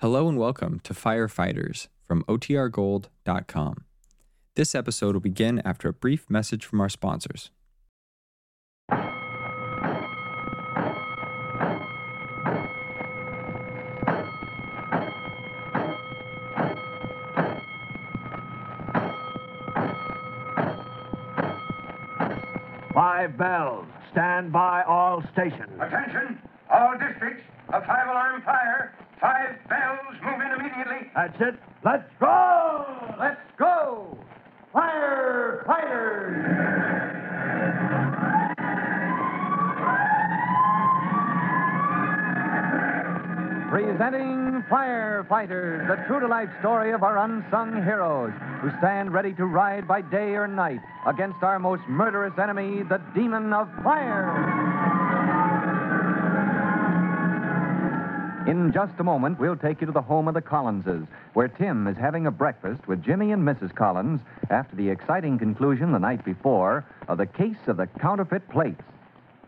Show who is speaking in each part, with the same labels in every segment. Speaker 1: Hello and welcome to Firefighters from OTRGold.com. This episode will begin after a brief message from our sponsors.
Speaker 2: Five bells. Stand by all stations.
Speaker 3: Attention, all districts, a five alarm fire. Five bells, move in immediately.
Speaker 2: That's it. Let's roll! Let's go! Firefighters!
Speaker 4: Presenting Firefighters, the true to life story of our unsung heroes who stand ready to ride by day or night against our most murderous enemy, the demon of fire. In just a moment, we'll take you to the home of the Collinses, where Tim is having a breakfast with Jimmy and Mrs. Collins after the exciting conclusion the night before of the case of the counterfeit plates.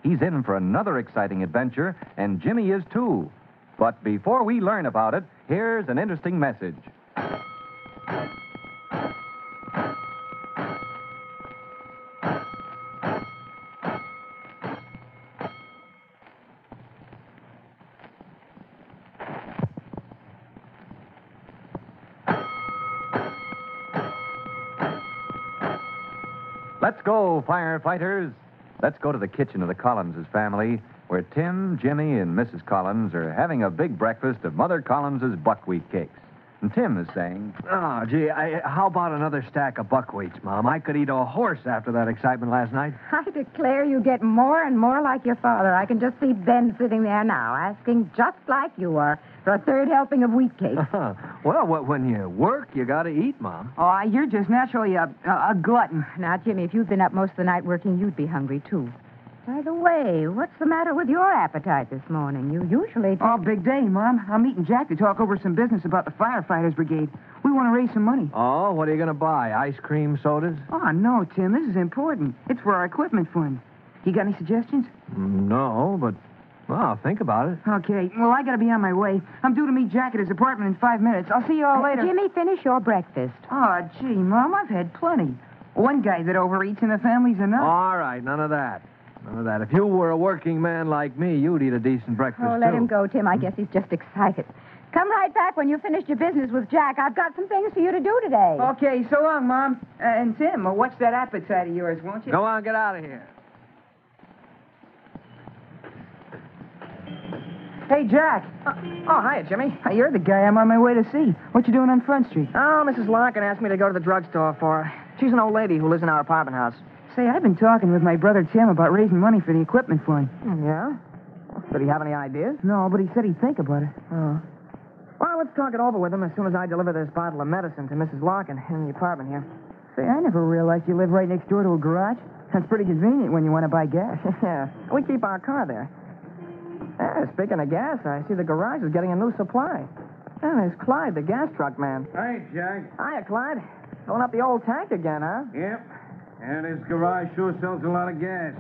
Speaker 4: He's in for another exciting adventure, and Jimmy is too. But before we learn about it, here's an interesting message. Let's go, firefighters. Let's go to the kitchen of the Collinses family, where Tim, Jimmy, and Mrs. Collins are having a big breakfast of Mother Collins's buckwheat cakes. And Tim is saying,
Speaker 2: Oh, gee, I, how about another stack of buckwheats, Mom? I could eat a horse after that excitement last night.
Speaker 5: I declare you get more and more like your father. I can just see Ben sitting there now, asking just like you are for a third helping of wheat cake.
Speaker 2: well, what, when you work, you got to eat, Mom.
Speaker 6: Oh, you're just naturally a, a, a glutton.
Speaker 5: now, Jimmy, if you'd been up most of the night working, you'd be hungry, too. By the way, what's the matter with your appetite this morning? You usually.
Speaker 6: Oh, big day, Mom. I'm meeting Jack to talk over some business about the firefighters' brigade. We want to raise some money.
Speaker 2: Oh, what are you going to buy? Ice cream sodas?
Speaker 6: Oh, no, Tim. This is important. It's for our equipment fund. You got any suggestions?
Speaker 2: Mm, No, but, well, think about it.
Speaker 6: Okay. Well, I got to be on my way. I'm due to meet Jack at his apartment in five minutes. I'll see you all later.
Speaker 5: Uh, Jimmy, finish your breakfast.
Speaker 6: Oh, gee, Mom, I've had plenty. One guy that overeats in the family's
Speaker 7: Oh,
Speaker 6: enough.
Speaker 2: All right, none of that. None of that. If you were a working man like me, you'd eat a decent breakfast,
Speaker 5: Oh, let
Speaker 2: too.
Speaker 5: him go, Tim. I guess he's just excited. Come right back when you finish your business with Jack. I've got some things for you to do today.
Speaker 6: Okay, so long, Mom. Uh, and Tim, uh, watch that appetite of yours, won't you?
Speaker 2: Go on, get out of here.
Speaker 6: Hey, Jack. oh, hiya, Jimmy. You're the guy I'm on my way to see. What you doing on Front Street?
Speaker 7: Oh, Mrs. Larkin asked me to go to the drugstore for her. She's an old lady who lives in our apartment house.
Speaker 6: Say, I've been talking with my brother Tim about raising money for the equipment fund.
Speaker 7: Yeah? Did he have any ideas?
Speaker 6: No, but he said he'd think about it.
Speaker 7: Oh. Well, let's talk it over with him as soon as I deliver this bottle of medicine to Mrs. Larkin in the apartment here.
Speaker 6: Say, I never realized you live right next door to a garage. That's pretty convenient when you want to buy gas.
Speaker 7: yeah. We keep our car there. Yeah, speaking of gas, I see the garage is getting a new supply. Yeah, there's Clyde, the gas truck man.
Speaker 3: Hi, Jack.
Speaker 7: Hiya, Clyde. Filling up the old tank again, huh?
Speaker 3: Yep. And this garage sure sells a lot of gas.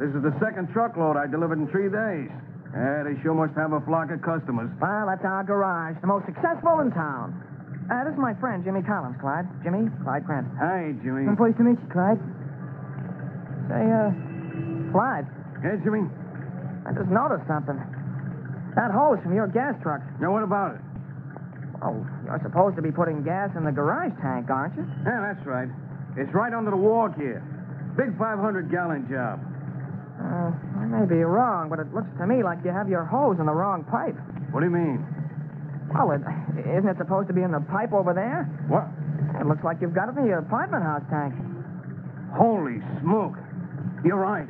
Speaker 3: This is the second truckload I delivered in three days. Yeah, they sure must have a flock of customers.
Speaker 7: Well, that's our garage, the most successful in town. Uh, this is my friend, Jimmy Collins, Clyde. Jimmy, Clyde Grant.
Speaker 3: Hi, Jimmy.
Speaker 7: I'm pleased to meet you, Clyde. Say, uh, Clyde,
Speaker 3: Hey, Jimmy.
Speaker 7: I just noticed something. That hose from your gas truck.
Speaker 3: Now, what about it?
Speaker 7: Oh, you're supposed to be putting gas in the garage tank, aren't you?
Speaker 3: Yeah, that's right. It's right under the walk here. Big 500 gallon job.
Speaker 7: Uh, I may be wrong, but it looks to me like you have your hose in the wrong pipe.
Speaker 3: What do you mean?
Speaker 7: Well, it, isn't it supposed to be in the pipe over there?
Speaker 3: What?
Speaker 7: It looks like you've got it in your apartment house tank.
Speaker 3: Holy smoke. You're right.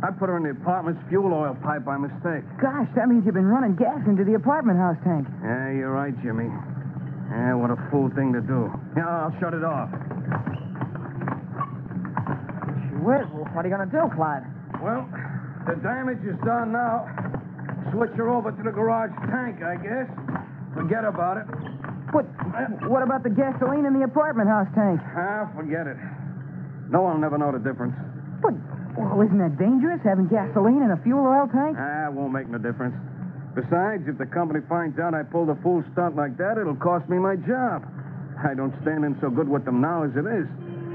Speaker 3: I put her in the apartment's fuel oil pipe by mistake.
Speaker 6: Gosh, that means you've been running gas into the apartment house tank.
Speaker 3: Yeah, you're right, Jimmy. Yeah, what a fool thing to do. Yeah, I'll shut it off.
Speaker 7: Gee whiz, what are you going to do, Clyde?
Speaker 3: Well, the damage is done now. Switch her over to the garage tank, I guess. Forget about it.
Speaker 6: What, what about the gasoline in the apartment house tank?
Speaker 3: Ah, forget it. No one'll never know the difference.
Speaker 6: But, well, isn't that dangerous, having gasoline in a fuel oil tank?
Speaker 3: Ah, it won't make no difference.
Speaker 2: Besides, if the company finds out I pulled a fool stunt like that, it'll cost me my job. I don't stand in so good with them now as it is.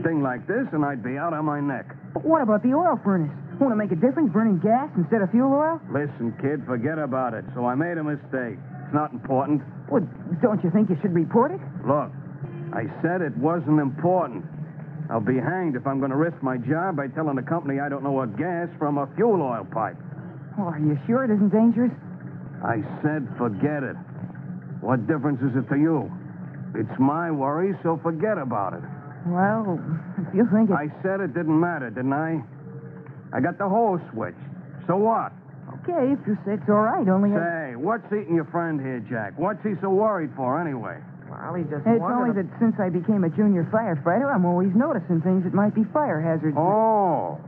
Speaker 2: Thing like this, and I'd be out on my neck.
Speaker 6: But what about the oil furnace? Want to make a difference burning gas instead of fuel oil?
Speaker 2: Listen, kid, forget about it. So I made a mistake. It's not important.
Speaker 6: Well, don't you think you should report it?
Speaker 2: Look, I said it wasn't important. I'll be hanged if I'm going to risk my job by telling the company I don't know what gas from a fuel oil pipe.
Speaker 6: Well, are you sure it isn't dangerous?
Speaker 2: I said forget it. What difference is it to you? It's my worry, so forget about it.
Speaker 6: Well, if you think it.
Speaker 2: I said it didn't matter, didn't I? I got the whole switch. So what?
Speaker 6: Okay, if you say it's all right, only. I-
Speaker 2: Say, what's eating your friend here, Jack? What's he so worried for, anyway?
Speaker 7: Well, he just
Speaker 6: It's
Speaker 7: wanted
Speaker 6: only
Speaker 7: to-
Speaker 6: that since I became a junior firefighter, I'm always noticing things that might be fire hazards.
Speaker 2: Oh,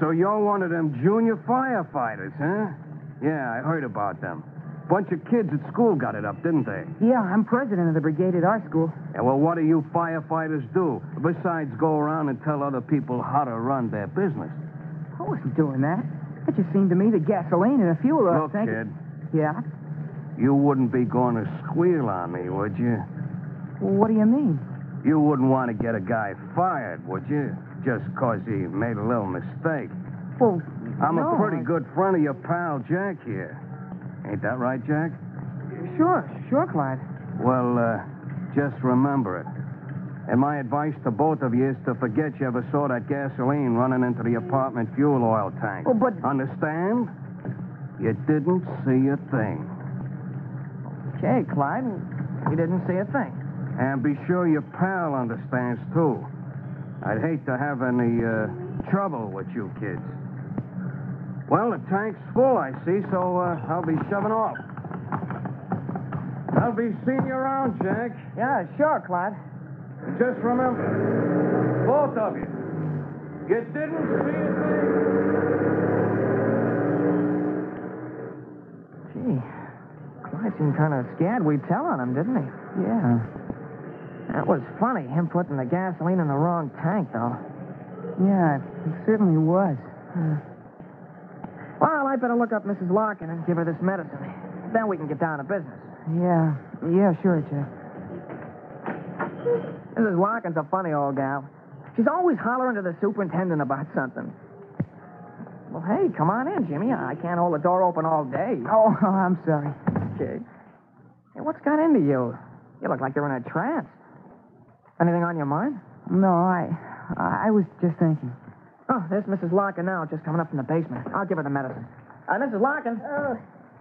Speaker 2: so you're one of them junior firefighters, huh? Yeah, I heard about them. Bunch of kids at school got it up, didn't they?
Speaker 6: Yeah, I'm president of the brigade at our school.
Speaker 2: And well, what do you firefighters do besides go around and tell other people how to run their business?
Speaker 6: I wasn't doing that. It just seemed to me that gasoline and a fuel oil
Speaker 2: Look,
Speaker 6: tank.
Speaker 2: kid,
Speaker 6: Yeah?
Speaker 2: you wouldn't be going to squeal on me, would you?
Speaker 6: Well, what do you mean?
Speaker 2: You wouldn't want to get a guy fired, would you? Just 'cause he made a little mistake.
Speaker 6: Well,
Speaker 2: I'm
Speaker 6: no,
Speaker 2: a pretty
Speaker 6: I-
Speaker 2: good friend of your pal Jack here. Ain't that right, Jack?
Speaker 6: Sure, sure, Clyde.
Speaker 2: Well, uh, just remember it. And my advice to both of you is to forget you ever saw that gasoline running into the apartment fuel oil tank.
Speaker 6: Well, Oh, but-
Speaker 2: Understand? You didn't see a thing.
Speaker 7: Okay, Clyde. We didn't see a thing.
Speaker 2: And be sure your pal understands, too. I'd hate to have any uh, trouble with you kids. Well, the tank's full, I see, so uh, I'll be shoving off. I'll be seeing you around, Jack.
Speaker 7: Yeah, sure, Clyde.
Speaker 2: Just remember, both of you, you didn't see a thing.
Speaker 7: Gee, Clyde seemed kind of scared we'd tell on him, didn't he? Yeah. That was funny, him putting the gasoline in the wrong tank, though.
Speaker 6: Yeah, it certainly was.
Speaker 7: Well, I better look up Mrs. Larkin and give her this medicine. Then we can get down to business.
Speaker 6: Yeah, yeah, sure, Jeff.
Speaker 7: Mrs. Larkin's a funny old gal. She's always hollering to the superintendent about something. Well, hey, come on in, Jimmy. I can't hold the door open all day.
Speaker 6: Oh, I'm sorry.
Speaker 7: Okay. Hey, what's got into you? You look like you're in a trance. Anything on your mind?
Speaker 6: No, I, I was just thinking.
Speaker 7: Oh, there's Mrs. Larkin now, just coming up from the basement. I'll give her the medicine. Uh, Mrs. Larkin,
Speaker 8: Oh,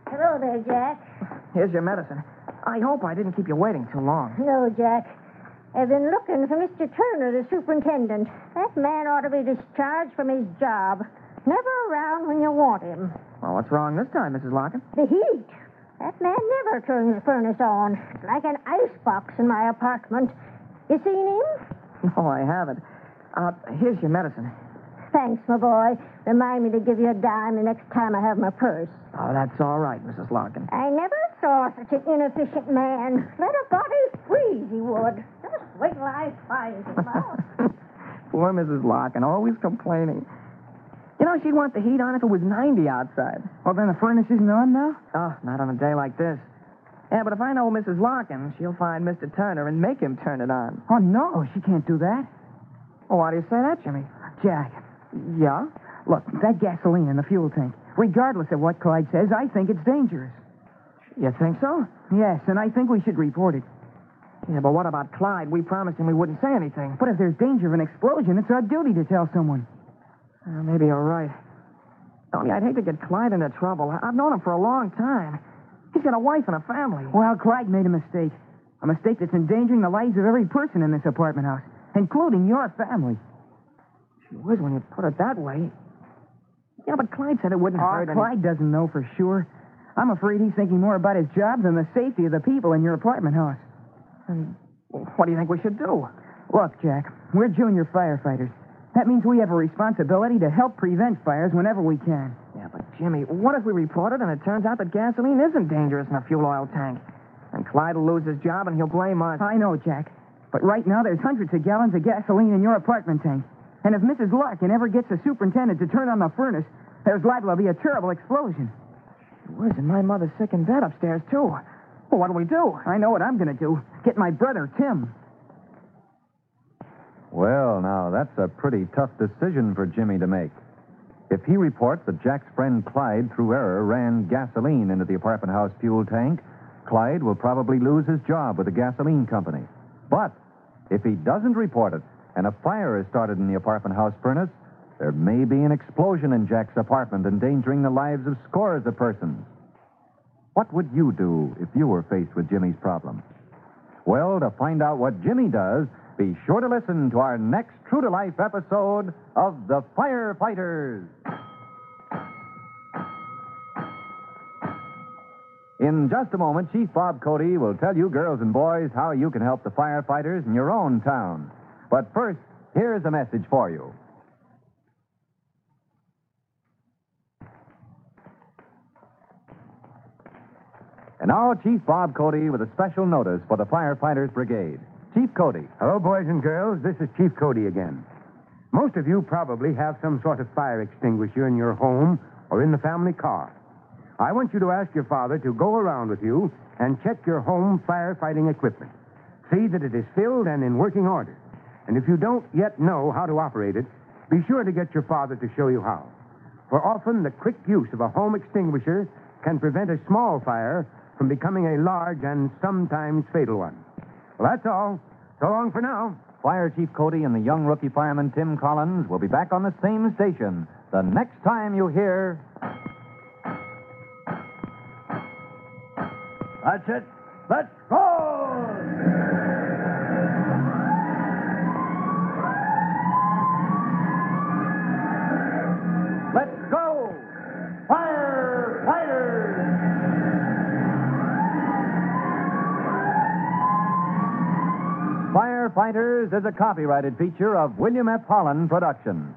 Speaker 8: hello there, Jack.
Speaker 7: here's your medicine. I hope I didn't keep you waiting too long.
Speaker 8: No, Jack. I've been looking for Mr. Turner, the superintendent. That man ought to be discharged from his job. Never around when you want him.
Speaker 7: Well, what's wrong this time, Mrs. Larkin?
Speaker 8: The heat. That man never turns the furnace on. It's Like an icebox in my apartment. You seen him?
Speaker 7: No, I haven't. Uh, here's your medicine.
Speaker 8: Thanks, my boy. Remind me to give you a dime the next time I have my purse.
Speaker 7: Oh, that's all right, Mrs. Larkin.
Speaker 8: I never saw such an inefficient man. Let a body freeze, he would. Just wait till I find him out.
Speaker 7: Poor Mrs. Larkin, always complaining. You know, she'd want the heat on if it was 90 outside.
Speaker 6: Well, then the furnace isn't on now?
Speaker 7: Oh, not on a day like this. Yeah, but if I know Mrs. Larkin, she'll find Mr. Turner and make him turn it on.
Speaker 6: Oh, no, she can't do that.
Speaker 7: Well, why do you say that, Jimmy?
Speaker 6: Jack,
Speaker 7: Yeah?
Speaker 6: look, that gasoline in the fuel tank, regardless of what Clyde says, I think it's dangerous.
Speaker 7: You think so?
Speaker 6: Yes, and I think we should report it.
Speaker 7: Yeah, but what about Clyde? We promised him we wouldn't say anything.
Speaker 6: But if there's danger of an explosion, it's our duty to tell someone.
Speaker 7: Uh, maybe you're right. Only I'd hate to get Clyde into trouble. I- I've known him for a long time. He's got a wife and a family.
Speaker 6: Well, Clyde made a mistake. A mistake that's endangering the lives of every person in this apartment house, including your family.
Speaker 7: Gee whiz, when you put it that way. Yeah, but Clyde said it wouldn't
Speaker 6: Oh,
Speaker 7: hurt any-
Speaker 6: Clyde doesn't know for sure. I'm afraid he's thinking more about his job than the safety of the people in your apartment house.
Speaker 7: Hmm. What do you think we should do?
Speaker 6: Look, Jack, we're junior firefighters. That means we have a responsibility to help prevent fires whenever we can.
Speaker 7: Yeah, but Jimmy, what if we report it and it turns out that gasoline isn't dangerous in a fuel oil tank? And Clyde will lose his job and he'll blame us.
Speaker 6: I know, Jack, but right now there's hundreds of gallons of gasoline in your apartment tank. And if Mrs. Larkin ever gets the superintendent to turn on the furnace, there's liable to be a terrible explosion.
Speaker 7: was in my mother's second bed upstairs, too. Well, what'll we do?
Speaker 6: I know what I'm going to do. Get my brother, Tim.
Speaker 4: Well, now, that's a pretty tough decision for Jimmy to make. If he reports that Jack's friend Clyde, through error, ran gasoline into the apartment house fuel tank, Clyde will probably lose his job with the gasoline company. But if he doesn't report it and a fire is started in the apartment house furnace, there may be an explosion in Jack's apartment, endangering the lives of scores of persons. What would you do if you were faced with Jimmy's problem? Well, to find out what Jimmy does, be sure to listen to our next True to Life episode of The Firefighters. In just a moment, Chief Bob Cody will tell you, girls and boys, how you can help the firefighters in your own town. But first, here's a message for you. And now, Chief Bob Cody with a special notice for the Firefighters Brigade. Chief Cody.
Speaker 2: Hello, boys and girls. This is Chief Cody again. Most of you probably have some sort of fire extinguisher in your home or in the family car. I want you to ask your father to go around with you and check your home firefighting equipment. See that it is filled and in working order. And if you don't yet know how to operate it, be sure to get your father to show you how. For often, the quick use of a home extinguisher can prevent a small fire from becoming a large and sometimes fatal one. Well, that's all. So long for now.
Speaker 4: Fire Chief Cody and the young rookie fireman Tim Collins will be back on the same station the next time you hear.
Speaker 3: That's it. Let's go! Let's go! Firefighters!
Speaker 4: Firefighters is a copyrighted feature of William F. Holland Productions.